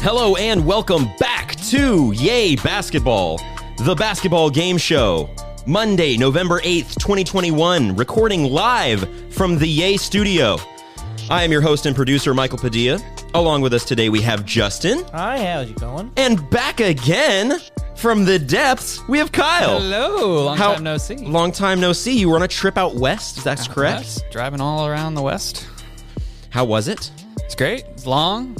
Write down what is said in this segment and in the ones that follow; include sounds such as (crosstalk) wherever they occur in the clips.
Hello and welcome back to Yay Basketball, the basketball game show. Monday, November 8th, 2021, recording live from the Yay studio. I am your host and producer, Michael Padilla. Along with us today, we have Justin. Hi, how's it going? And back again from the depths, we have Kyle. Hello, long Oh. How- time no see. Long time no see. You were on a trip out west, that's correct. Yes, driving all around the West. How was it? It's great. It's long.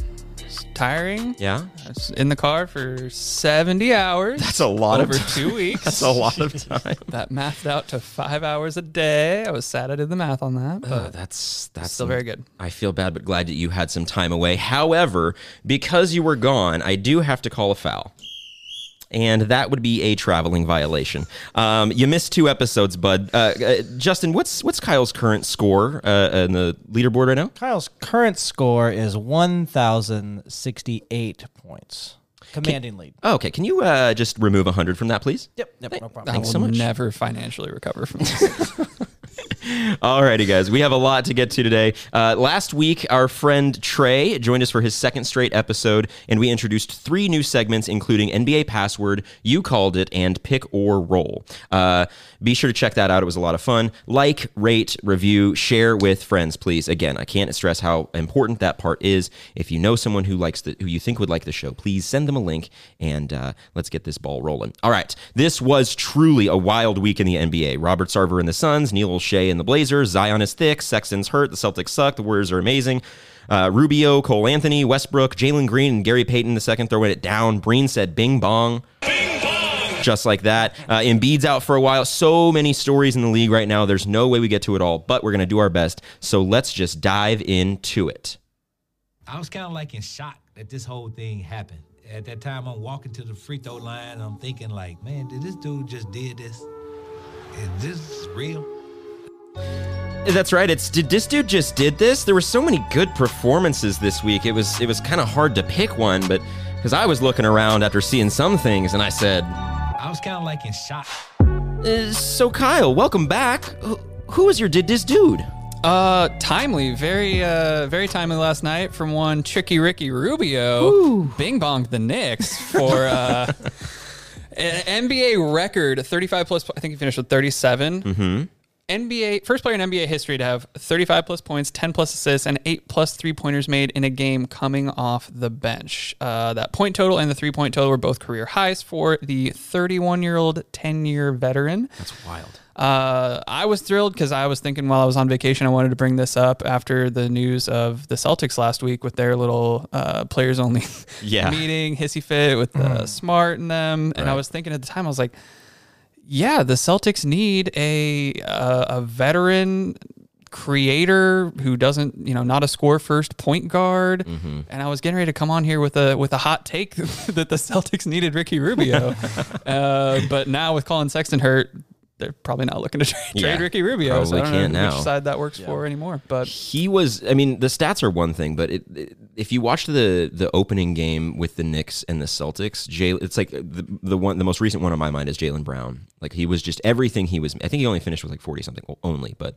It's tiring. Yeah. I was in the car for 70 hours. That's a lot (laughs) over of time. two weeks. That's a lot of time. That mathed out to five hours a day. I was sad I did the math on that, but Uh, that's that's still very good. I feel bad, but glad that you had some time away. However, because you were gone, I do have to call a foul, and that would be a traveling violation. Um, you missed two episodes, bud. Uh, uh, Justin, what's what's Kyle's current score uh, in the leaderboard right now? Kyle's current score is 1,068 points. Commanding lead. Oh, okay, can you uh, just remove hundred from that, please? Yep, yep, no problem. I will Thanks so much. never financially recover (laughs) from this. Alrighty, guys, we have a lot to get to today. Uh, last week, our friend Trey joined us for his second straight episode, and we introduced three new segments, including NBA Password, You Called It, and Pick or Roll. Uh, be sure to check that out. It was a lot of fun. Like, rate, review, share with friends, please. Again, I can't stress how important that part is. If you know someone who likes the, who you think would like the show, please send them a link and uh, let's get this ball rolling. All right, this was truly a wild week in the NBA. Robert Sarver and the Suns, Neil O'Shea and the Blazers, Zion is thick, Sexton's hurt, the Celtics suck, the Warriors are amazing. Uh, Rubio, Cole Anthony, Westbrook, Jalen Green, and Gary Payton the second throwing it down. Breen said, "Bing bong." just like that. Uh, Embiid's out for a while. So many stories in the league right now. There's no way we get to it all, but we're going to do our best. So let's just dive into it. I was kind of like in shock that this whole thing happened. At that time, I'm walking to the free throw line. and I'm thinking like, man, did this dude just did this? Is this real? That's right. It's did this dude just did this? There were so many good performances this week. It was it was kind of hard to pick one, but because I was looking around after seeing some things, and I said, I was kind of like in shock. uh, "So Kyle, welcome back. Who, who was your did this dude?" uh, timely, very, uh, very timely last night from one tricky Ricky Rubio, Bing Bong the Knicks for uh, an NBA record, 35 plus. I think he finished with 37. Mm-hmm. NBA first player in NBA history to have 35 plus points, 10 plus assists, and eight plus three pointers made in a game coming off the bench. Uh, that point total and the three point total were both career highs for the 31 year old 10 year veteran. Uh, I was thrilled because I was thinking while I was on vacation, I wanted to bring this up after the news of the Celtics last week with their little uh, players only Yeah. (laughs) meeting, hissy fit with uh, Smart and them. And I was thinking at the time, I was like, yeah, the Celtics need a uh, a veteran creator who doesn't, you know, not a score first point guard. Mm-hmm. And I was getting ready to come on here with a with a hot take (laughs) that the Celtics needed (laughs) Ricky Rubio, uh, but now with Colin Sexton hurt, they're probably not looking to (laughs) tra- trade Yeah, Ricky Rubio. So probably I don't know can't now. which side that works for anymore. But he was i mean the stats are one thing but it, it- if you watch the the opening game with the Knicks and the Celtics Jay, it's like the, the one the most recent one on my mind is Jalen Brown like he was just everything he was I think he only finished with like 40 something well, only but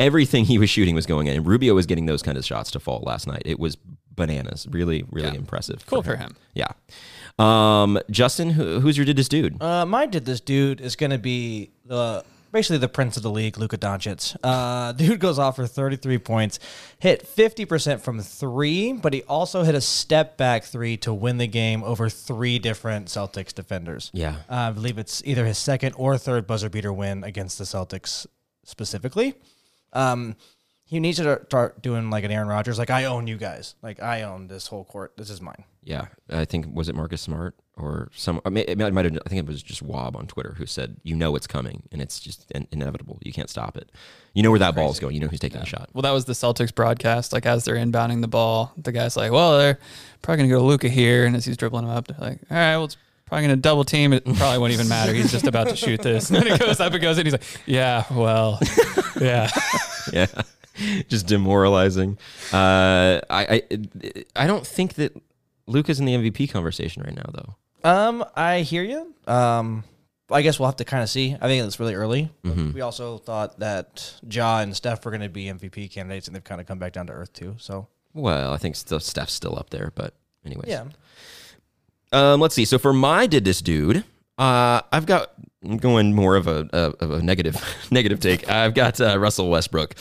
everything he was shooting was going in and Rubio was getting those kind of shots to fall last night it was bananas really really impressive cool for him. yeah um Justin who, who's your did this dude Uh, my did this dude is going to be the basically the prince of the league, Luka Doncic. Uh, (laughs) dude goes off for 33 points, hit 50% from three, but he also hit a step back three to win the game over three different Celtics defenders. Yeah. Uh, I believe it's either his second or third buzzer beater win against the Celtics specifically. Um, he needs to start doing like an Aaron Rodgers, like I own you guys, like I own this whole court. This is mine. Yeah, I think was it Marcus Smart or some? I mean, it might have. I think it was just Wob on Twitter who said, "You know it's coming, and it's just in- inevitable. You can't stop it. You know where that ball is going. You know who's taking the shot." (laughs) Well, that was the Celtics broadcast. Like as they're inbounding the ball, the guy's like, "Well, they're probably gonna go to Luca here," and as he's dribbling him up, they're like, "All right, well." It's Probably gonna double team. It probably won't even matter. He's just about to shoot this, (laughs) and then it goes up. It goes in. He's like, "Yeah, well, (laughs) yeah." Yeah, just demoralizing. Uh, I, I I don't think that Luca's in the MVP conversation right now, though. Um, I hear you. Um, I guess we'll have to kind of see. I think it's really early. but We also thought that Ja and Steph were going to be MVP candidates, and they've kind of come back down to earth too. So Well, I think still Steph's still up there, but Anyways. Yeah. Um, let's see. So for my did this dude, uh, I've got I'm going more of a, a of a negative (laughs) negative take. I've got uh, Russell Westbrook.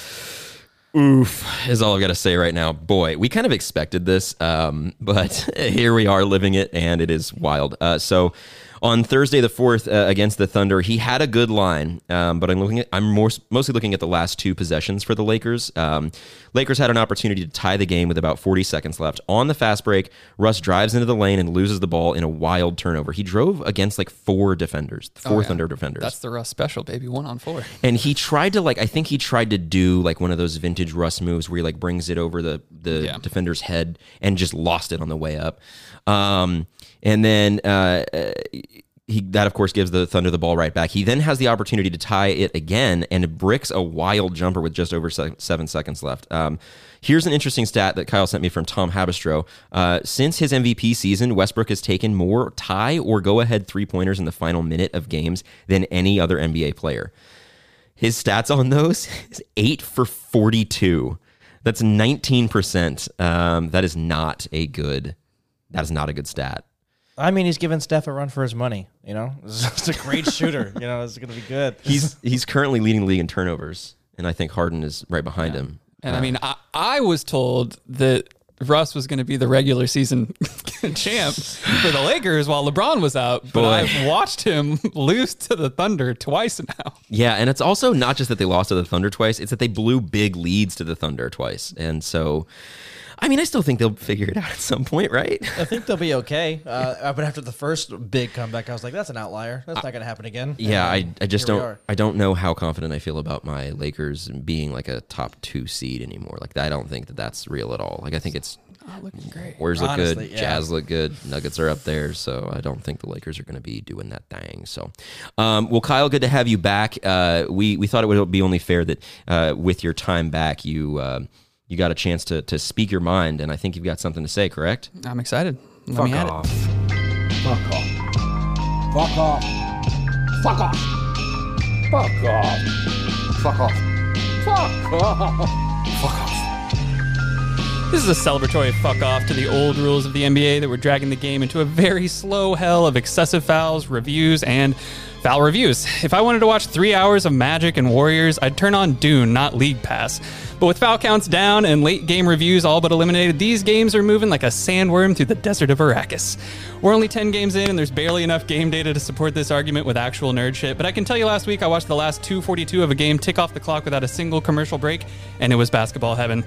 Oof is all I've got to say right now. Boy, we kind of expected this, um, (laughs) but here we are living it, and it is wild. Uh, so on Thursday the fourth uh, against the Thunder, he had a good line, um, but I'm looking at I'm more, mostly looking at the last two possessions for the Lakers. Um, Lakers had an opportunity to tie the game with about 40 seconds left on the fast break. Russ drives into the lane and loses the ball in a wild turnover. He drove against like four defenders, four Thunder defenders That's the Russ special, baby. One on four. and he tried to like I think he tried to do like one of those vintage Russ moves where he like brings it over the the Yeah. defender's head and just lost it on the way up. Um, and then uh, uh, he that of course gives the Thunder the ball right back. He then has the opportunity to tie it again and bricks a wild jumper with just over se- seven seconds left. Um, here's an interesting stat that Kyle sent me from Tom Habistro. Uh, since his MVP season, Westbrook has taken more tie or go ahead three pointers in the final minute of games than any other NBA player. His stats on those is eight for 42. That's 19%. Um, that is not a good, that is not a good stat. I mean, he's giving Steph a run for his money. You know, (laughs) it's a great shooter. You know, it's gonna be good. He's, he's currently leading the league in turnovers. And I think Harden is right behind him. And I mean, I, I was told that Russ was going to be the regular season (laughs) champ for the Lakers while LeBron was out, but Boy. I've watched him (laughs) lose to the Thunder twice now. Yeah. And it's also not just that they lost to the Thunder twice, it's that they blew big leads to the Thunder twice. And so, I mean, I still think they'll figure it out at some point, right? (laughs) I think they'll be okay. Uh, but after the first big comeback, I was like, "That's an outlier. That's not gonna happen again." Yeah, I, And I just here we don't are. I don't know how confident I feel about my Lakers being like a top two seed anymore. Like I don't think that that's real at all. Like I think it's Not looking great. Warriors look Honestly, good, yeah. Jazz look good, Nuggets are up there, so I don't think the Lakers are going to be doing that thing. So, um, well, Kyle, good to have you back. Uh, we we thought it would be only fair that uh, with your time back, you uh, you got a chance to to speak your mind, and I think you've got something to say, correct? I'm excited. Let me at it. Fuck off. Fuck off. Fuck off. Fuck off. Fuck off. Fuck off. Fuck off. This is a celebratory fuck off to the old rules of the NBA that were dragging the game into a very slow hell of excessive fouls, reviews, and foul reviews. If I wanted to watch three hours of Magic and Warriors, I'd turn on Dune, not League Pass. But with foul counts down and late game reviews all but eliminated, these games are moving like a sandworm through the desert of Arrakis. We're only 10 games in, and there's barely enough game data to support this argument with actual nerd shit. But I can tell you last week, I watched the last 242 of a game tick off the clock without a single commercial break, and it was basketball heaven.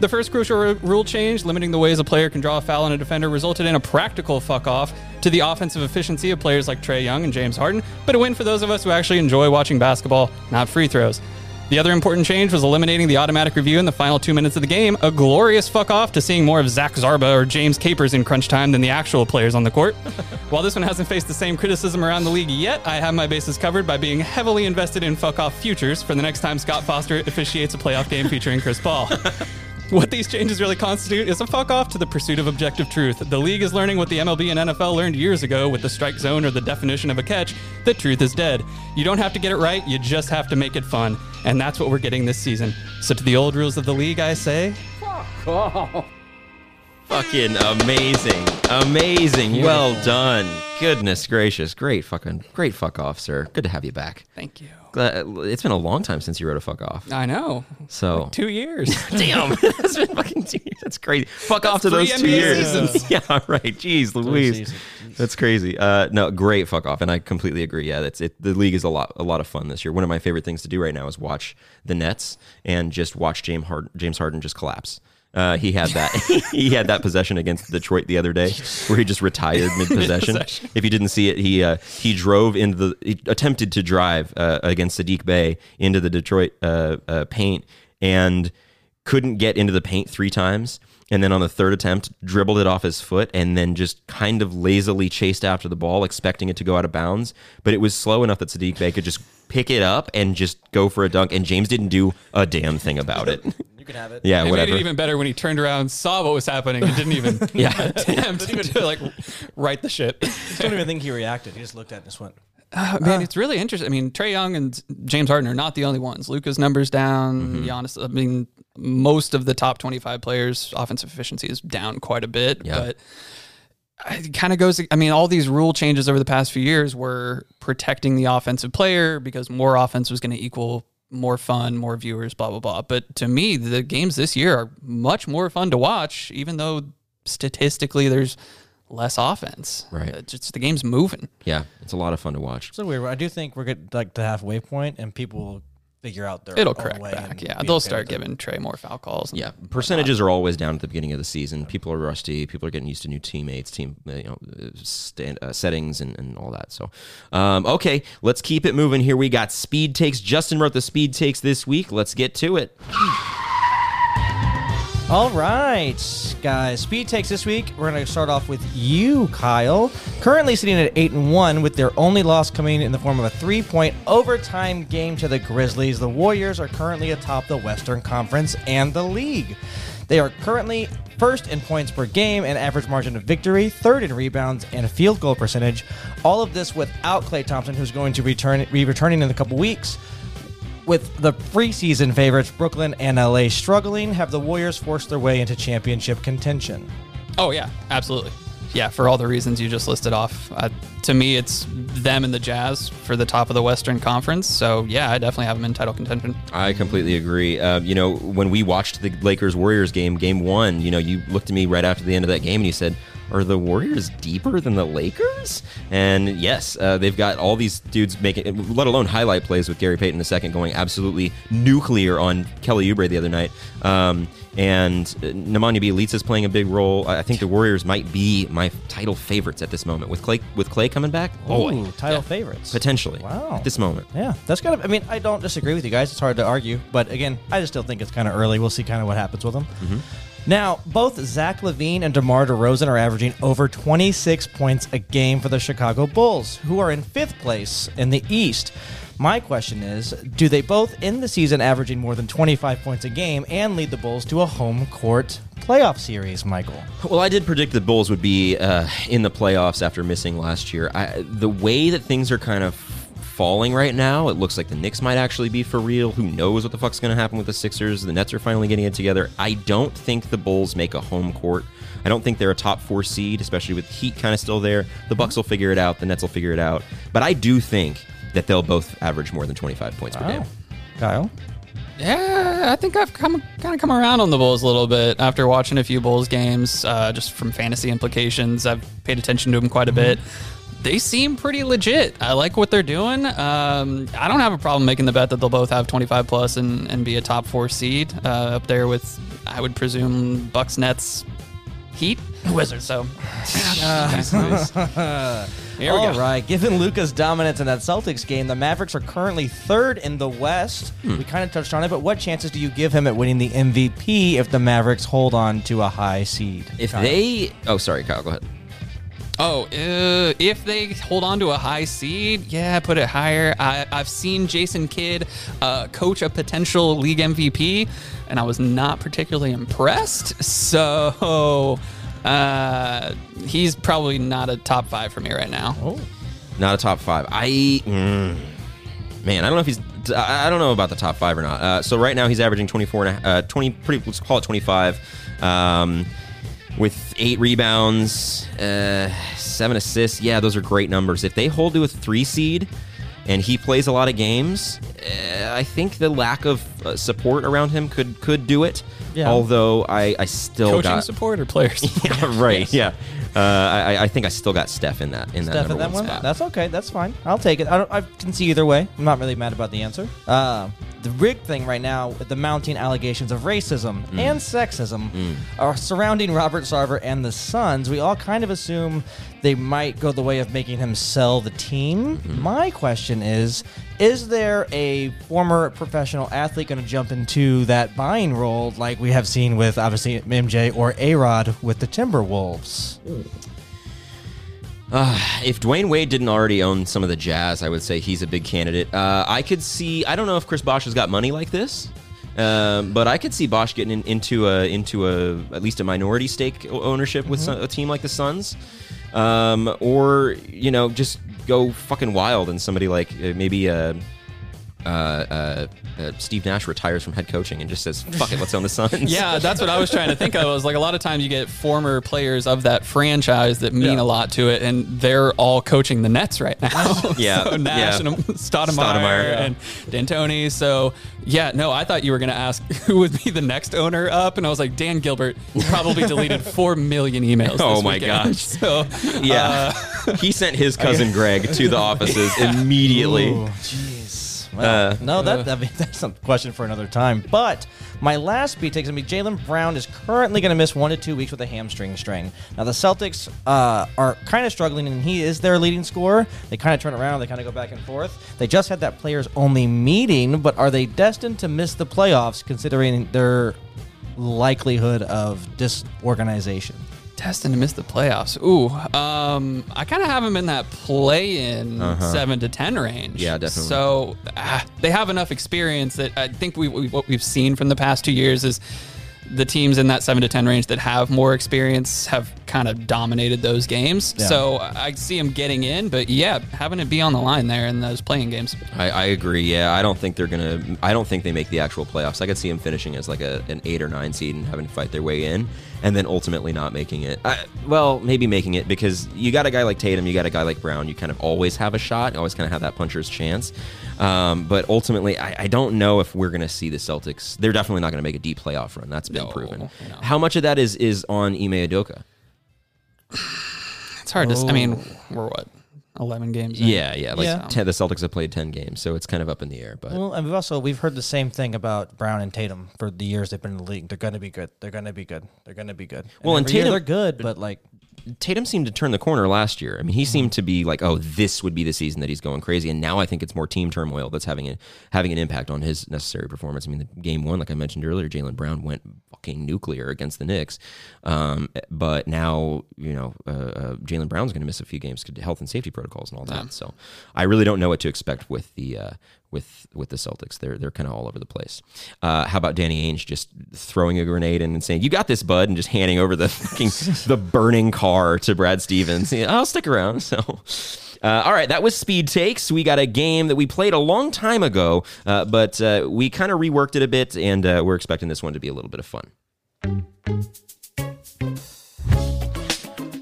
The first crucial r- rule change, limiting the ways a player can draw a foul on a defender, resulted in a practical fuck off to the offensive efficiency of players like Trey Young and James Harden, but a win for those of us who actually enjoy watching basketball, not free throws. The other important change was eliminating the automatic review in the final two minutes of the game, a glorious fuck off to seeing more of Zach Zarba or James Capers in crunch time than the actual players on the court. While this one hasn't faced the same criticism around the league yet, I have my bases covered by being heavily invested in fuck off futures for the next time Scott Foster officiates a playoff game featuring Chris Paul. What these changes really constitute is a fuck off to the pursuit of objective truth. The league is learning what the MLB and NFL learned years ago with the strike zone or the definition of a catch that truth is dead. You don't have to get it right, you just have to make it fun. And that's what we're getting this season. So, to the old rules of the league, I say, Fucking amazing. Amazing. Well done. Goodness gracious. Great fucking great fuck off, sir. Good to have you back. thank you. Glad, it's been a long time since you wrote a fuck off. I know. (laughs) So Two years. damn, that's been fucking two years. That's crazy. Fuck off to three those two NBA years. (laughs) seasons. Yeah, right. Jeez, Louise, seasons. that's crazy. Uh, no, great fuck off, and I completely agree. Yeah, that's it. The league is a lot, a lot of fun this year. One of my favorite things to do right now is watch the Nets and just watch James Harden, James Harden just collapse. Uh, he had that. (laughs) he had that possession against Detroit the other day, where he just (laughs) retired mid possession. If you didn't see it, he uh, he drove into the he attempted to drive uh, against Sadiq Bay into the Detroit uh, uh, paint and couldn't get into the paint three times. And then on the third attempt, dribbled it off his foot and then just kind of lazily chased after the ball, expecting it to go out of bounds. But it was slow enough that Sadiq Bay could just pick it up and just go for a dunk. And James didn't do a damn thing about it. You can have it. Yeah, It whatever. made it even better when he turned around, saw what was happening, and didn't even (laughs) Yeah. (laughs) attempt to like right the ship. I don't even think he reacted. He just looked at it and just went. Man, it's really Mm-hmm. interesting. I mean, Trey Young and James Harden are not the only ones. Luca's numbers down. Giannis. I mean, most of the top 25 players offensive efficiency is down quite a bit Yeah. but it kind of goes i mean all these rule changes over the past few years were protecting the offensive player because more offense was going to equal more fun more viewers blah blah blah but to me the games this year are much more fun to watch even though statistically there's less offense Right. it's just the game's moving Yeah, it's a lot of fun to watch. So weird. I do think we're getting like the halfway point, and people will figure out their it'll own correct way back and yeah be they'll okay start with it. giving trey more foul calls and Yeah, percentages are always down at the beginning of the season. People are rusty. People are getting used to new teammates, team uh, you know uh, stand, uh, settings, and, and all that. So, um, okay, let's keep it moving. Here we got speed takes. Justin wrote the speed takes this week. Let's get to it. All right, guys. Speed takes this week. We're going to start off with you, Kyle. Currently sitting at eight and one, with their only loss coming in the form of a three-point overtime game to the Grizzlies. The Warriors are currently atop the Western Conference and the league. They are currently first in points per game and average margin of victory, third in rebounds and field goal percentage. All of this without Klay Thompson, who's going to return be returning in a couple weeks. With the preseason favorites Brooklyn and LA struggling, have the Warriors forced their way into championship contention? Oh yeah, absolutely. Yeah, for all the reasons you just listed off. Uh, to me, it's them and the Jazz for the top of the Western Conference. So yeah, I definitely have them in title contention. I completely agree. Uh, you know, when we watched the Lakers Warriors game, game one, you know, you looked at me right after the end of that game and you said, Are the Warriors deeper than the Lakers? And yes, uh, they've got all these dudes making, let alone highlight plays with Gary Payton in a second, going absolutely nuclear on Kelly Oubre the other night. Um, and uh, Nemanja Bjelica is playing a big role. I I think the Warriors might be my title favorites at this moment with Clay with Clay coming back. Boy, Ooh, title favorites. potentially Wow. at this moment. Yeah, that's kind of. I mean, I don't disagree with you guys. It's hard to argue, but again, I just still think it's kind of early. We'll see kind of what happens with them. Now, both Zach Levine and DeMar DeRozan are averaging over 26 points a game for the Chicago Bulls, who are in fifth place in the East. My question is, do they both end the season averaging more than 25 points a game and lead the Bulls to a home court playoff series, Michael? Well, I did predict the Bulls would be uh, in the playoffs after missing last year. I, the way that things are kind of falling right now, it looks like the Knicks might actually be for real. Who knows what the fuck's going to happen with the Sixers? The Nets are finally getting it together. I don't think the Bulls make a home court. I don't think they're a top four seed, especially with the Heat kind of still there. The Bucks will figure it out. The Nets will figure it out. But I do think that they'll both average more than 25 points per game. Kyle? Yeah, I think I've come kind of come around on the Bulls a little bit after watching a few Bulls games, uh, just from fantasy implications. I've paid attention to them quite a bit. They seem pretty legit. I like what they're doing. Um, I don't have a problem making the bet that they'll both have 25 plus and, and be a top four seed uh, up there with, I would presume, Bucks, Nets, Heat, Wizards. So here we All right. go. Given Luca's dominance in that Celtics game, the Mavericks are currently third in the West. Hmm. We kind of touched on it, but what chances do you give him at winning the MVP if the Mavericks hold on to a high seed? If Kyle? they. Oh, sorry, Kyle, go ahead. Oh, uh, if they hold on to a high seed, yeah, put it higher. I, I've seen Jason Kidd uh, coach a potential league MVP, and I was not particularly impressed. So uh, he's probably not a top five for me right now. Not a top five. I mm, man, I don't know if he's. I I don't know about the top five or not. Uh, so right now he's averaging 24 and a, uh, 20. Pretty, let's call it 25. Um, with eight rebounds, uh, seven assists. Yeah, those are great numbers. If they hold to a three seed, and he plays a lot of games, uh, I think the lack of uh, support around him could could do it. Yeah. Although I, I still Coaching got support or players? (laughs) yeah, right. Yeah. Uh, I, I think I still got Steph in that in that Steph number at that one one? spot. That's okay. That's fine. I'll take it. I, don't, I can see either way. I'm not really mad about the answer. Uh, the big thing right now with the mounting allegations of racism and sexism are surrounding Robert Sarver and the Suns. We all kind of assume they might go the way of making him sell the team. My question is is there a former professional athlete going to jump into that buying role like we have seen with obviously MJ or A Rod with the Timberwolves? Uh, if Dwayne Wade didn't already own some of the Jazz, I would say he's a big candidate. Uh, I could see. I don't know if Chris Bosch has got money like this, um, but I could see Bosch getting in, into a into a at least a minority stake o- ownership with some, a team like the Suns, um, or you know just go fucking wild and somebody like uh, maybe. Uh, uh, uh, uh, Steve Nash retires from head coaching and just says, "Fuck it, let's own the Suns." Yeah, that's what I was trying to think of. Was like a lot of times you get former players of that franchise that mean Yeah. a lot to it, and they're all coaching the Nets right now. (laughs) Yeah, (laughs) so Nash yeah. and Stoudemire, Stoudemire, yeah. and D'Antoni. So yeah, no, I thought you were gonna ask (laughs) who would be the next owner up, and I was like Dan Gilbert (laughs) probably deleted four million emails. this Oh my weekend. gosh. (laughs) So Yeah. (laughs) he sent his cousin Greg to the offices immediately. Jeez. Well, no, that, I mean, (laughs) that's a question for another time. But my last beat takes me. Jalen Brown is currently going to miss one to two weeks with a hamstring strain. Now the Celtics uh, are kind of struggling, and he is their leading scorer. They kind of turn around. They kind of go back and forth. They just had that players only meeting, but are they destined to miss the playoffs considering their likelihood of disorganization? destined to miss the playoffs. Ooh, um, I kind of have them in that play-in seven to ten range. Uh-huh. Yeah, definitely. So ah, they have enough experience that I think we, we what we've seen from the past two years is the teams in that seven to ten range that have more experience have kind of dominated those games. Yeah. So I I see them getting in, but yeah, having it be on the line there in those playing games. I, I agree. Yeah, I don't think they're gonna. I don't think they make the actual playoffs. I could see them finishing as like a, an eight or nine seed and having to fight their way in, and then ultimately not making it. I, well, maybe making it because you got a guy like Tatum, you got a guy like Brown. You kind of always have a shot. You always kind of have that puncher's chance. Um, but ultimately, I, I don't know if we're gonna see the Celtics. They're definitely not gonna make a deep playoff run. That's been No, proven. no. How much of that is is on Ime Udoka? It's hard to. s- I mean, Oh. we're what eleven games. in? Yeah, yeah. Like Yeah. Ten, the Celtics have played ten games, so it's kind of up in the air. But Well, and we've also we've heard the same thing about Brown and Tatum for the years they've been in the league. They're going to be good. They're going to be good. They're going to be good. Well, and every year Tatum- they're good, but like Tatum seemed to turn the corner last year. I mean, he seemed to be like, oh, this would be the season that he's going crazy. And now I think it's more team turmoil that's having a, having an impact on his necessary performance. I mean, the game one, like I mentioned earlier, Jalen Brown went fucking nuclear against the Knicks. Um, but now, you know, uh, uh, Jalen Brown's going to miss a few games because health and safety protocols and all that. So I really don't know what to expect with the. Uh, with, with the Celtics, they're they're kind of all over the place. Uh, how about Danny Ainge just throwing a grenade in and saying, "You got this, bud," and just handing over the fucking the burning car to Brad Stevens. Yeah, I'll stick around. So, uh, all right, that was Speed Takes. We got a game that we played a long time ago, uh, but uh, we kind of reworked it a bit, and uh, we're expecting this one to be a little bit of fun.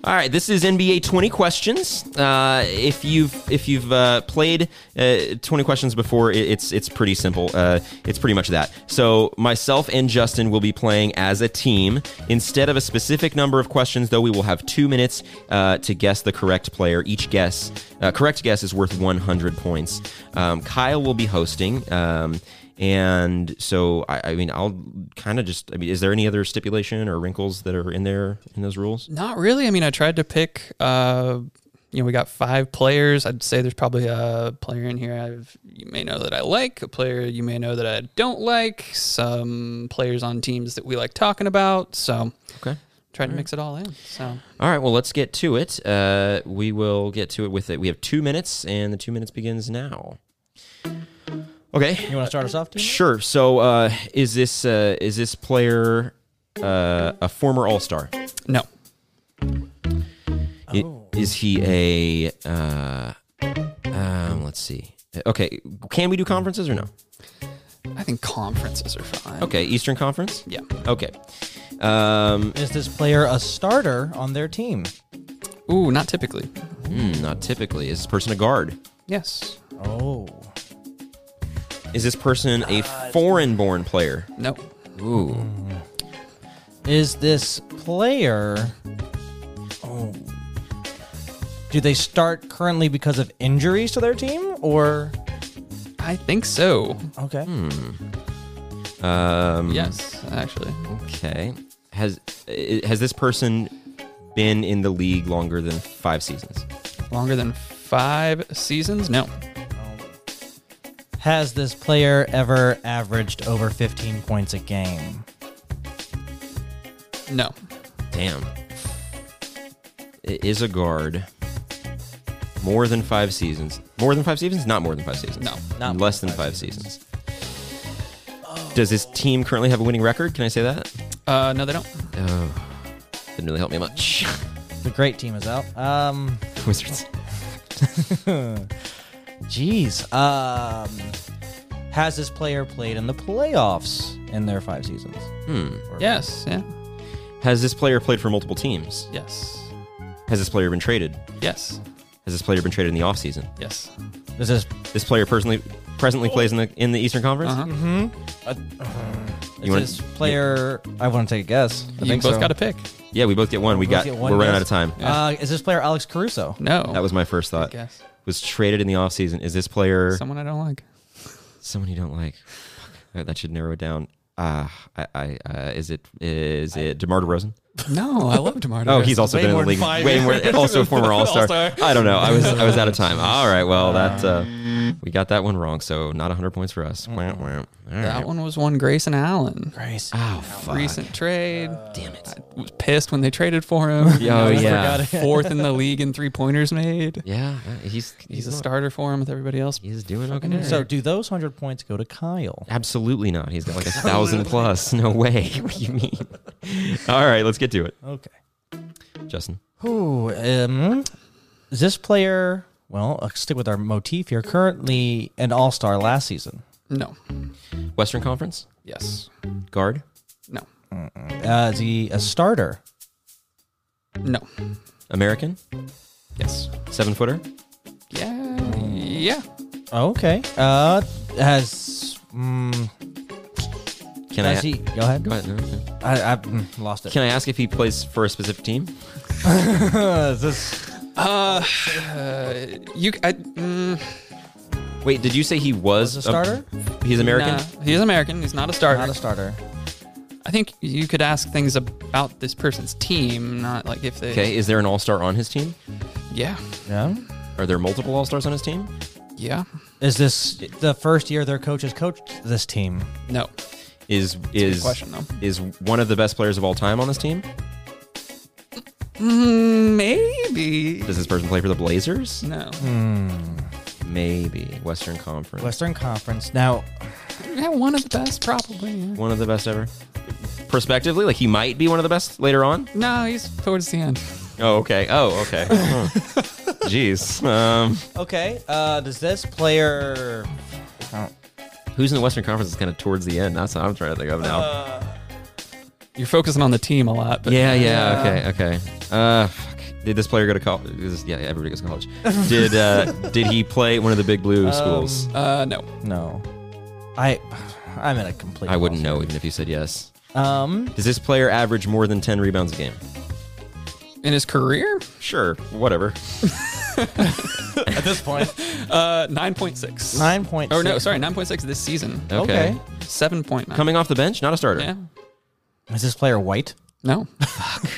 All right, this is NBA 20 questions. Uh, if you've if you've uh, played uh, 20 questions before, it, it's it's pretty simple. Uh, it's pretty much that. So myself and Justin will be playing as a team. Instead of a specific number of questions, though, we will have two minutes uh, to guess the correct player. Each guess, uh, correct guess, is worth 100 points. Um, Kyle will be hosting. Um, and so, I, I mean, I'll kind of just. I mean, is there any other stipulation or wrinkles that are in there in those rules? Not really. I mean, I tried to pick. Uh, you know, we got five players. I'd say there's probably a player in here I've you may know that I like, a player you may know that I don't like, some players on teams that we like talking about. So Okay. tried to mix it all in. So All right, well, let's get to it. Uh, we will get to it with it. We have two minutes, and the two minutes begins now. Okay, you want to start us off? Tatum? sure. So, uh, is this uh, is this player uh, a former All Star? no, Is he a? Uh, um, let's see. Okay, can we do conferences or no? I think conferences are fine. Okay, Eastern Conference. Yeah. Okay. Um, Is this player a starter on their team? Ooh, not typically. hmm, not typically. Is this person a guard? Yes. Oh, Is this person a foreign-born player? No. Ooh. is this player? Oh, do they start currently because of injuries to their team, or Hmm. I think so. okay? Um, Yes, actually. Okay. Has i- has this person been in the league longer than five seasons? Longer than five seasons? No. Has this player ever averaged over 15 points a game? No. Damn. It is a guard. More than five seasons. More than five seasons? Not more than five seasons. No. Not less than five, seasons. Does this team currently have a winning record? Can I say that? Uh, no, they don't. Oh, didn't really help me much. (laughs) The great team is out. Um, Wizards. (laughs) Jeez. Um, has this player played in the playoffs in their five seasons? Yes. Yeah. Has this player played for multiple teams? Yes. Has this player been traded? Yes. Has this player been traded in the offseason? Yes. This is This player personally presently plays in the in the Eastern Conference? Uh-huh. is wanna- this player. I want to take a guess. I You think both so. got to pick. Yeah, we both get one. We both got get we're one running guess. out of time. Uh, is this player Alex Caruso? No. That was my first thought. guess. Was traded in the offseason. Is this player someone I don't like. someone you don't like? Fuck. Uh, That should narrow it down. Uh, I, I, uh, is it is it DeMar DeRozan? No, I love Demar. Oh, he's also way been in the more than league. five Way more, (laughs) years. also a (laughs) former All Star. All-Star. I don't know. I was I was (laughs) out of time. All right. Well, that uh, Um, we got that one wrong. So not 100 points for us. Wah, wah. All that right. one was one Grayson Allen. Grace. Oh fuck. Recent trade. Damn it. I was pissed when they traded for (laughs) him. Oh yeah. forgot Fourth in the league in three pointers made. Yeah. uh, He's He's a not- starter for him with everybody else. He's doing okay. So do those 100 points go to Kyle? Absolutely not. He's got like a thousand plus. No way. (laughs) What do you mean? All right, let's get to it, Okay. Justin. Who um, is this player? Well, uh, stick with our motif here. Currently an All Star last season. No. Western Conference Yes. guard. No. Uh, is he a starter? No. American Yes. seven footer. Yeah. Yeah. Okay. Uh, has mm, Can I? has he? Go ahead. Go ahead. No, no. I, I mm, lost it. Can I ask if he plays for a specific team? Uh, is this Uh, uh you. I, mm, Wait, did you say he was, Was a starter? he's American. Nah, he's American. He's not a starter. not a starter? I think you could ask things about this person's team, not like if they. Okay, is there an All Star on his team? Yeah. Yeah. Are there multiple All Stars on his team? Yeah. Is this the first year their coach has coached this team? No. Is is question, though. is one of the best players of all time on this team? Mm, Maybe. Does this person play for the Blazers? No. Maybe Western Conference. Western Conference. Now, Yeah, one of the best, probably. yeah. one of the best ever. Prospectively, like he might be one of the best later on. No, he's towards the end. Oh, okay. Oh, okay. Huh. Jeez. Um, okay. Uh, does this player? who's in the Western Conference is kind of towards the end. That's what I'm trying to think of now. You're focusing on the team a lot, but yeah, yeah. Okay. Okay. Uh, fuck. did this player go to college? Yeah, everybody goes to college. Did uh, did he play one of the Big Blue schools? Uh, no. No. I, I'm in a complete. I wouldn't loss. know even if you said yes. Um, Does this player average more than ten rebounds a game? In his career, Sure. Whatever. (laughs) at this point, uh, nine point six. nine point. Oh no, sorry, nine point six this season. Okay. Okay. Seven point nine. Coming off the bench, not a starter. Yeah. Is this player white? No.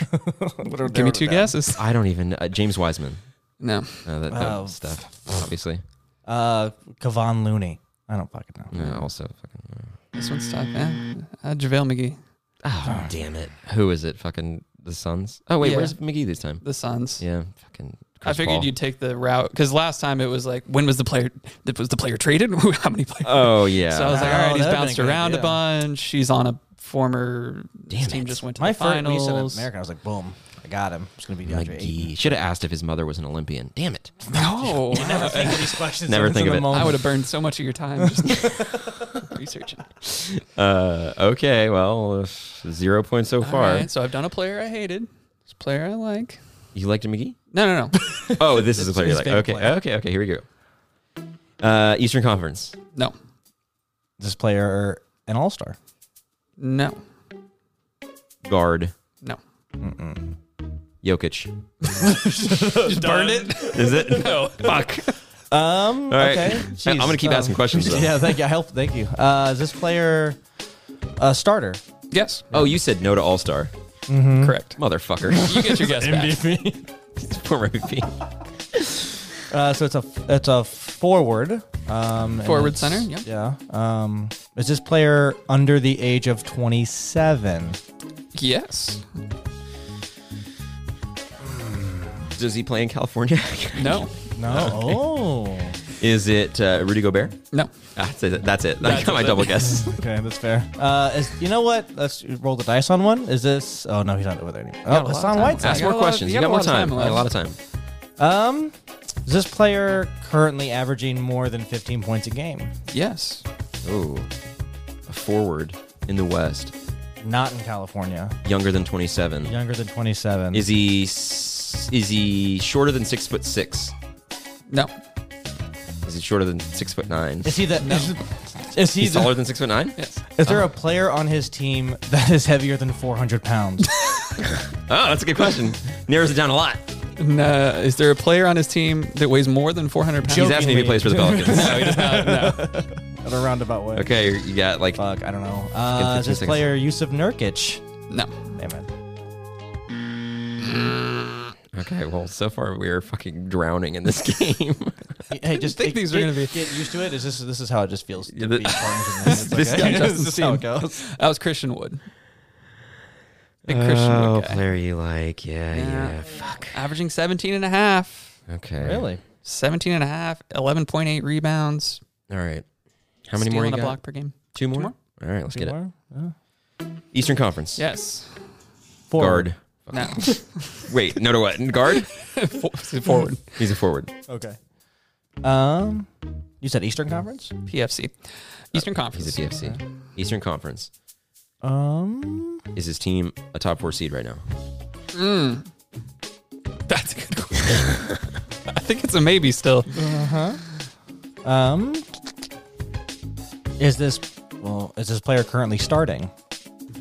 (laughs) Give me two guesses. I don't even. Uh, James Wiseman. No. Uh, that, that Oh. stuff. Obviously. Uh, Kevon Looney. I don't fucking know. No, also fucking. This one's tough. Yeah. Uh, JaVale McGee, Oh, damn it. Who is it? Fucking the Suns? Oh, wait, Yeah. where's McGee this time? the Suns. Yeah, fucking. I Chris figured Paul. you'd take the route because last time it was like, when was the player? That was the player traded? (laughs) How many players? (laughs) Oh, yeah. So I was like, all Oh, right, he's that'd been bounced a good around a idea. bunch. He's on a former Damn team it. just went to My the first when you said finals. (laughs) American, I was like, boom, I got him. It's gonna be DeAndre. Ayton. McGee. Should have asked if his mother was an Olympian. Damn it. No, (laughs) Think of these questions Never in think of the it. moment. I would have burned so much of your time just (laughs) researching. Uh, okay, well, uh, zero points so All far. right, so I've done a player I hated. This player I like. You liked McGee? No, no, no, (laughs) Oh, this is the player you his like. favorite Okay, player. okay, okay, here we go. Uh, Eastern Conference. no, This player an all star. no, Guard. no. (laughs) Jokic. Just burned it. Is (laughs) it? no. Fuck. Um. All right. I- Okay. (laughs) I'm going to Jeez. keep Um, asking questions, though. (laughs) Yeah. Thank you. I help. Thank you. Uh, is this player a starter? Yes, Oh, you said no to All Star. correct. Motherfucker. (laughs) You (laughs) get your guess back. Former MVP. Uh, so it's a it's a forward. Um, and Forward it's- center, yeah. Yeah. Um, is this player under the age of twenty seven? Yes, Does he play in California? (laughs) no, No. is it uh, Rudy Gobert? Ah, no. That's it. That's it. I That's got my it. double (laughs) guess. okay, that's fair. Uh, is, you know what? Let's roll the dice on one. Is this? Oh no, he's not over there anymore. Oh, Hassan Ask got Whiteside. a more lot of- questions. you You got got, a more time. lot of time I got a lot of left. time. Um, is this player currently averaging more than fifteen points a game? Yes, Oh, a forward in the West, Not in California. younger than 27. Younger than 27. Is he s- is he shorter than six foot six? No. Is he shorter than six foot nine? is he the? Is, is he He's the, taller than six foot nine. Yes. Is there a player on his team that is heavier than 400 (laughs) pounds? Oh, that's a good question. (laughs) Narrows it down a lot. And, uh, is there a player on his team that weighs more than 400 pounds? He's asking if he Jokingly. plays for the Pelicans. (laughs) no, he does not. No. At a roundabout way. (laughs) okay, you got like Fuck, I don't know. Uh, 15 is this seconds. player Yusuf Nurkic? No. Damn it. okay. Well, so far we are fucking drowning in this (laughs) game. (laughs) Hey, just think get- these were gonna get- Get used to it. Is this this is how it just feels? To be partners in (laughs) this. It's like, this hey, guy (laughs) this doesn't is how it seem- goes. (laughs) That was Christian Wood. Big Christian oh, Wood guy. player you like? Yeah, yeah. Fuck. Averaging 17 and a half. Okay. Really? 17 and a half, 11.8 rebounds. All right. How many more you stealing got? a block per game. Two more. more? All right, let's get it. More? Eastern Conference. Yes. Forward. Guard. No. (laughs) Wait, no to what? Guard? For- Forward. He's a forward. Okay. Um, you said Eastern Conference. PFC. Eastern Uh, He's a Conference. PFC. Eastern Conference. Um, Is his team a top four seed right now? That's a good question. (laughs) I think it's a maybe still. um, is this well? Is this player currently starting?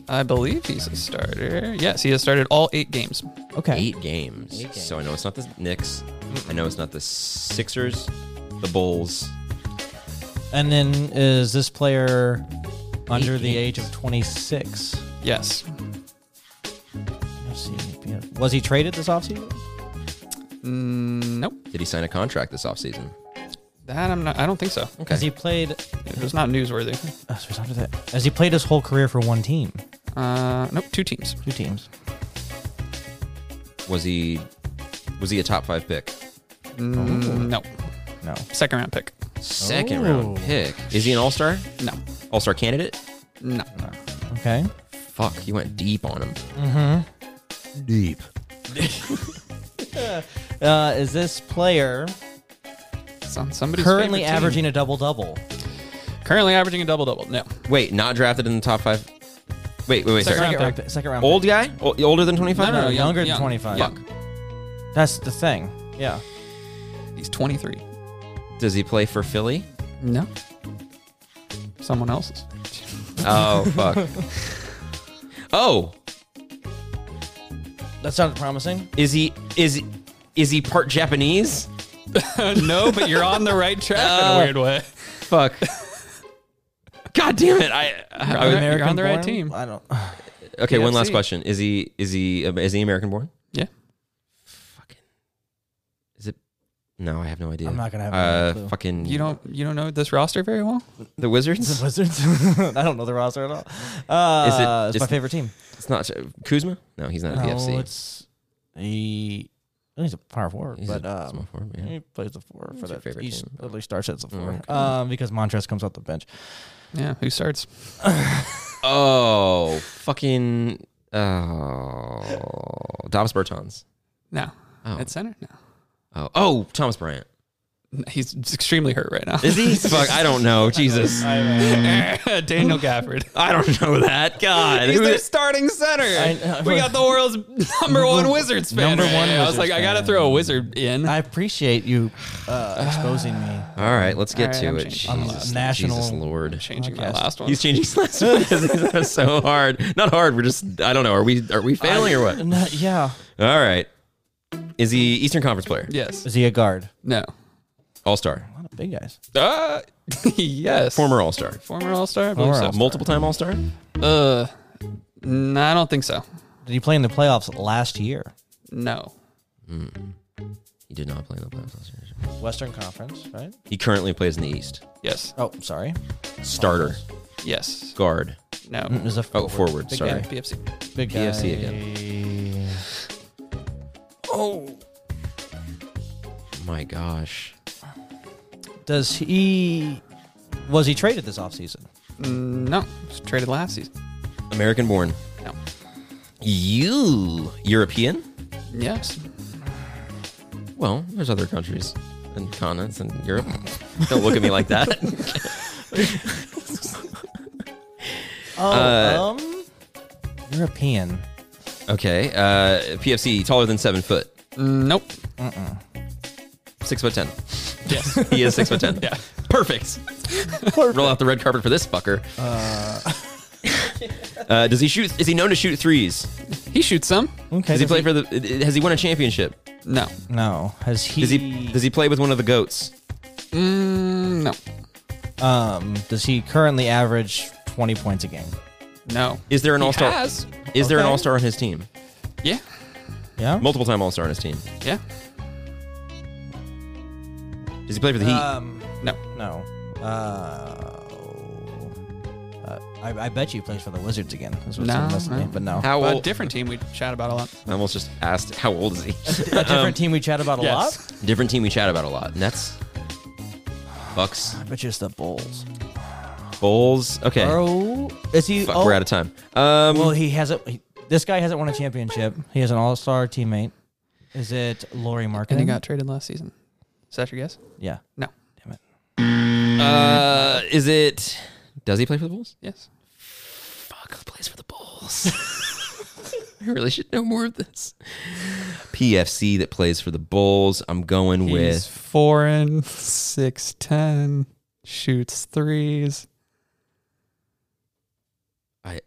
I believe he's a starter. Yes, he has started all eight games. Okay. Eight games. So I know it's not the Knicks. I know it's not the Sixers, the Bulls. And then is this player under the age of 26? Yes. Was he traded this offseason? Mm, Nope. Did he sign a contract this offseason? That I'm not. I don't think so. Has he played? It was not newsworthy. Oh, so he's under that. Has he played his whole career for one team? Uh, nope. Two teams. Two teams. Was he was he a top five pick? Mm, no. No. Second round pick. Second Oh. round pick. Is he an all star? No. All star candidate? No. Okay. Fuck, you went deep on him. Uh, is this player Some, somebody's currently favorite team. averaging a double double? currently averaging a double double. No. Wait, not drafted in the top five. Wait, wait, wait. Sorry. Second Second round round pick. pick. Second round Old guy? O- older than twenty No, five? no, no. young- younger than young, 25. Young. pick. That's the thing. Yeah. He's 23. Does he play for Philly? No. Someone (laughs) else's. Oh fuck. oh, That sounded promising. is he is is he part Japanese? no, but you're on the right track in a weird way. Fuck. (laughs) God damn it! I, I- I was- You're on the right born? team. I don't. okay. One last PFC. question: Is he is he is he American born? Yeah. Fucking. Is it? No, I have no idea. I'm not gonna have Uh, a clue. fucking. You don't you don't know this roster very well. the Wizards. (laughs) Wizards. (laughs) I don't know the roster at all. Uh, Is it- it's my is- favorite team. It's not Kuzma. No, he's not a PFC. it's a. I think he's a power forward, He's but a um, small forward, yeah. he plays the four for your that. favorite He team? literally starts at the four okay. um, because Montrez comes off the bench. Yeah. Who starts? Oh, fucking. Oh, Davis Bertans. No. Oh. At center? No. (laughs) Oh, oh, Thomas Bryant. He's extremely hurt right now. Is he? Fuck, I don't know. Jesus, (laughs) Daniel Gafford. I don't know that. God, He's Who- their starting center. I- I- we got the world's (laughs) number one Wizards fan. number right one now. I was Wizards like, I gotta fan. throw a wizard in. I appreciate you (sighs) uh, exposing me. All right, let's get All right, to I'm it. changing. I'm a Jesus, national- Jesus Lord. Changing my Podcast. last one. He's changing his last one (laughs) because it's so hard. Not hard. We're just. I don't know. Are we? Are we failing or what? All No, yeah. right. Is he Eastern Conference player? yes. Is he a guard? No. All star. A lot of big guys. Uh, (laughs) yes. Former All Star. former All Star. I believe Former so. All-Star. Multiple time All Star. Uh, no, I don't think so. Did he play in the playoffs last year? No. He did not play in the playoffs last year. Western Conference, right? He currently plays in the East. Yes. Oh, sorry. Starter. Yes. Guard. No. It was a Oh, forward. Big Sorry. Yeah, PFC. big guy. PFC again. My gosh. Does he? Was he traded this offseason? No. It was traded last season. American born. No. You European? Yes. (laughs) Well, there's other countries and continents in Europe. Don't look at me like that. Oh, Uh, um, European. Okay. Uh, PFC taller than seven foot, Nope. six foot ten. Yes. He is six foot ten. (laughs) yeah. Perfect. Roll out the red carpet for this fucker. Uh. (laughs) does he shoot? Is he known to shoot threes? he shoots some. Okay. Does he play does for the? Has he won a championship? No. No. Has he? Does he? Does he play with one of the goats? Mm, no. um. Does he currently average twenty points a game? No. Is there an He all star? has. Is there an Okay. all star on his team? Yeah. Yeah. Multiple time all star on his team. Yeah. Does he play for the Heat? Um. No. No. Uh. uh, I, I bet you he plays for the Wizards again. That's what No, someone must no. think, but no. How Well, a old? different team we chat about a lot. I almost just asked (laughs) how old is he. a different team we chat about a yes. lot. Different team we chat about a lot. Nets, Bucks, I bet you it's the Bulls. Bulls. Okay, Bro, is he? Fuck, oh, we're out of time. Um, Well, he hasn't. He, this guy hasn't won a championship. He has an All-Star teammate. Is it Laurie And he Marketing? got traded last season. Is that your guess? yeah. No. Damn it. uh, is it? Does he play for the Bulls? Yes. Fuck, who plays for the Bulls? (laughs) I really should know more of this. PFC that plays for the Bulls. I'm going He's with four and six ten. Shoots threes. I.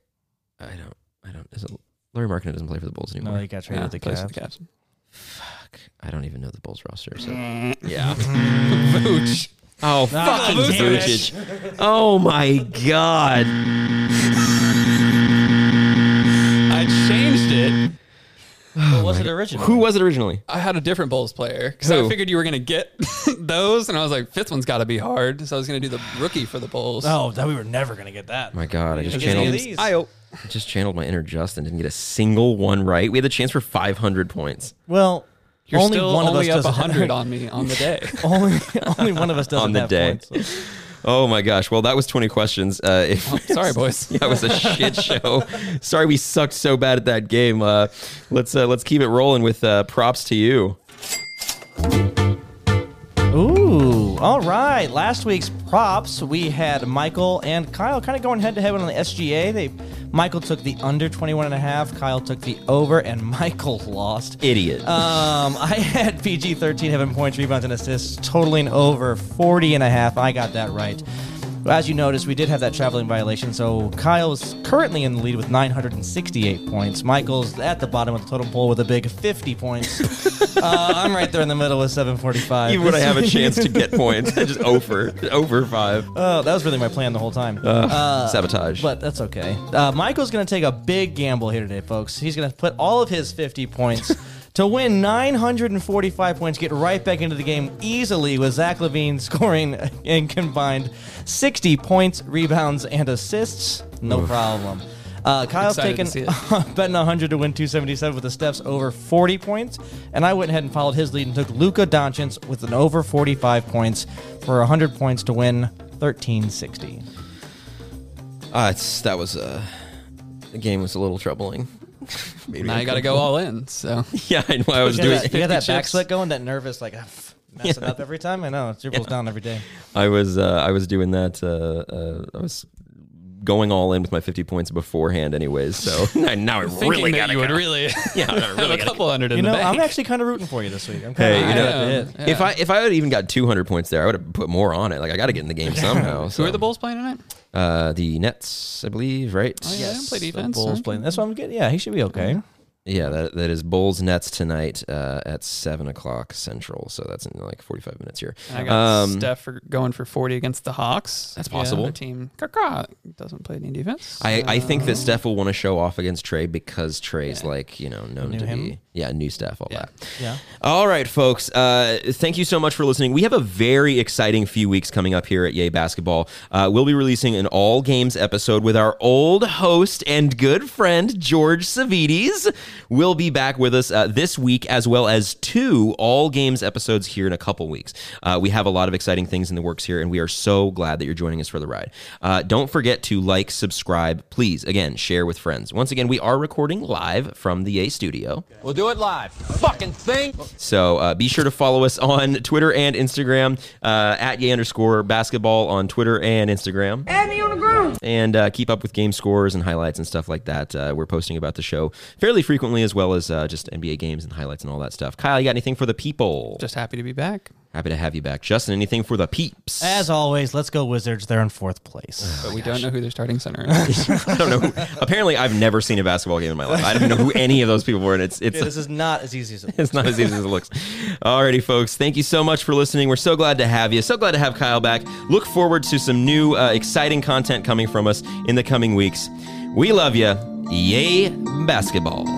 I don't. I don't. Is it, Larry Markin doesn't play for the Bulls anymore. No, he got Yeah, traded with the Ah, plays for Cavs. Cavs. Fuck. I don't even know the Bulls roster. So yeah. Vooch. Oh, fucking Vucic. Oh, my God. I changed it. What was it original? Who was it originally? I had a different Bulls player because Who? I figured you were gonna get (laughs) those, and I was like, fifth one's got to be hard, so I was gonna do the rookie for the Bulls. Oh, that we were never gonna get that. My God, I just Just get channeled, these. Io. I just channeled my inner Justin. Didn't get a single one right. We had the chance for 500 points Well, You're only still one only of us up (laughs) doesn't- hundred on me on the day. (laughs) only only one of (laughs) us doesn't on the have day. points. so- Oh my gosh. Well, that was 20 questions. Uh, (laughs) if (laughs) Sorry, (laughs) boys. that was a shit show. Sorry, we sucked so bad at that game. Uh, let's uh, let's keep it rolling with uh, props to you. Ooh, all right. Last week's props, we had Michael and Kyle kind of going head to head on the SGA. They Michael took the under 21 and a half, Kyle took the over, and (laughs) Michael lost. Idiot. Um, (laughs) I had PG 13 having points, rebounds, and assists, totaling over 40 and a half. I got that right. As you noticed, we did have that traveling violation, so Kyle's currently in the lead with 968 points. Michael's at the bottom of the totem pole with a big (laughs) 50 points. uh, I'm right there in the middle with 745. Even when I have a chance to get points, (laughs) I just over over five. (laughs) Oh, that was really my plan the whole time. Uh, Uh, Sabotage. but that's okay. Uh, Michael's going to take a big gamble here today, folks. He's going to put all of his (laughs) 50 points to win 945 points, get right back into the game easily with Zach Levine (laughs) scoring and combined 60 points, rebounds, and assists. No problem. Uh, Kyle's Excited to taken see it. (laughs) betting 100 to win 277 with the steps over 40 points. And I went ahead and followed his lead and took Luka Doncic with an over 45 points for 100 points to win 1360. Uh, it's, that was uh, the game was a little troubling. (laughs) Maybe now you got to go all in. (laughs) So (laughs) Yeah, I know. I was You doing. got that, you got that chips. backslip going, that nervous, like, messing up every time. I know, it dribbles down every day. I was. Uh, I was doing that. Uh, uh, I was going all in with my 50 points beforehand, anyways. (laughs) So (laughs) now I thinking really that got to you would (laughs) really (laughs) Yeah, I have really got a to couple hundred in You the know, bank. I'm actually kind of rooting for you this week. I'm kinda, Hey, you know, Yeah. if I if I would even got 200 points there, I would have put more on it. Like I got to get in the (laughs) game somehow. So. Who are the Bulls playing tonight? Uh, the Nets, I believe, right? Oh, yeah, they don't play the defense. Bulls huh? playing. That's what I'm good. Yeah, he should be okay. Yeah, that, that is Bulls Nets tonight uh, at seven o'clock Central. So that's in like 45 minutes here. And I got Um, Steph for going for 40 against the Hawks. That's possible. The other team Kaka, doesn't play any defense. Uh, I, I think that Steph will want to show off against Trey because Trey's like, you know, known Knew to him? be yeah, new Steph, all that. Yeah. All right, folks. Uh, thank you so much for listening. We have a very exciting few weeks coming up here at Yay Basketball. Uh, we'll be releasing an all games episode with our old host and good friend George Savides. will be back with us uh, this week, as well as two All Games episodes here in a couple weeks. Uh, we have a lot of exciting things in the works here, and we are so glad that you're joining us for the ride. Uh, don't forget to like, subscribe, please. Again, share with friends. Once again, we are recording live from the A Studio. We'll do it live. Fucking thing. So uh, be sure to follow us on Twitter and Instagram uh, at yay underscore basketball on Twitter and Instagram. Add me on the ground. And uh, keep up with game scores and highlights and stuff like that. Uh, we're posting about the show fairly frequently, as well as uh, just NBA games and highlights and all that stuff. Kyle, you got anything for the people? Just happy to be back. Happy to have you back. Justin, anything for the peeps? As always, let's go Wizards. They're in fourth place. (laughs) Oh But we don't know who their (laughs) starting center is. I don't know. who- (laughs) Apparently, I've never seen a basketball game in my life. I don't know who any of those people were, and it's it's this is not as easy as it (laughs) It's not as easy as it looks. Alrighty, folks. Thank you so much for listening. We're so glad to have you. So glad to have Kyle back. Look forward to some new uh, exciting content coming from us in the coming weeks. We love you. Yay, basketball.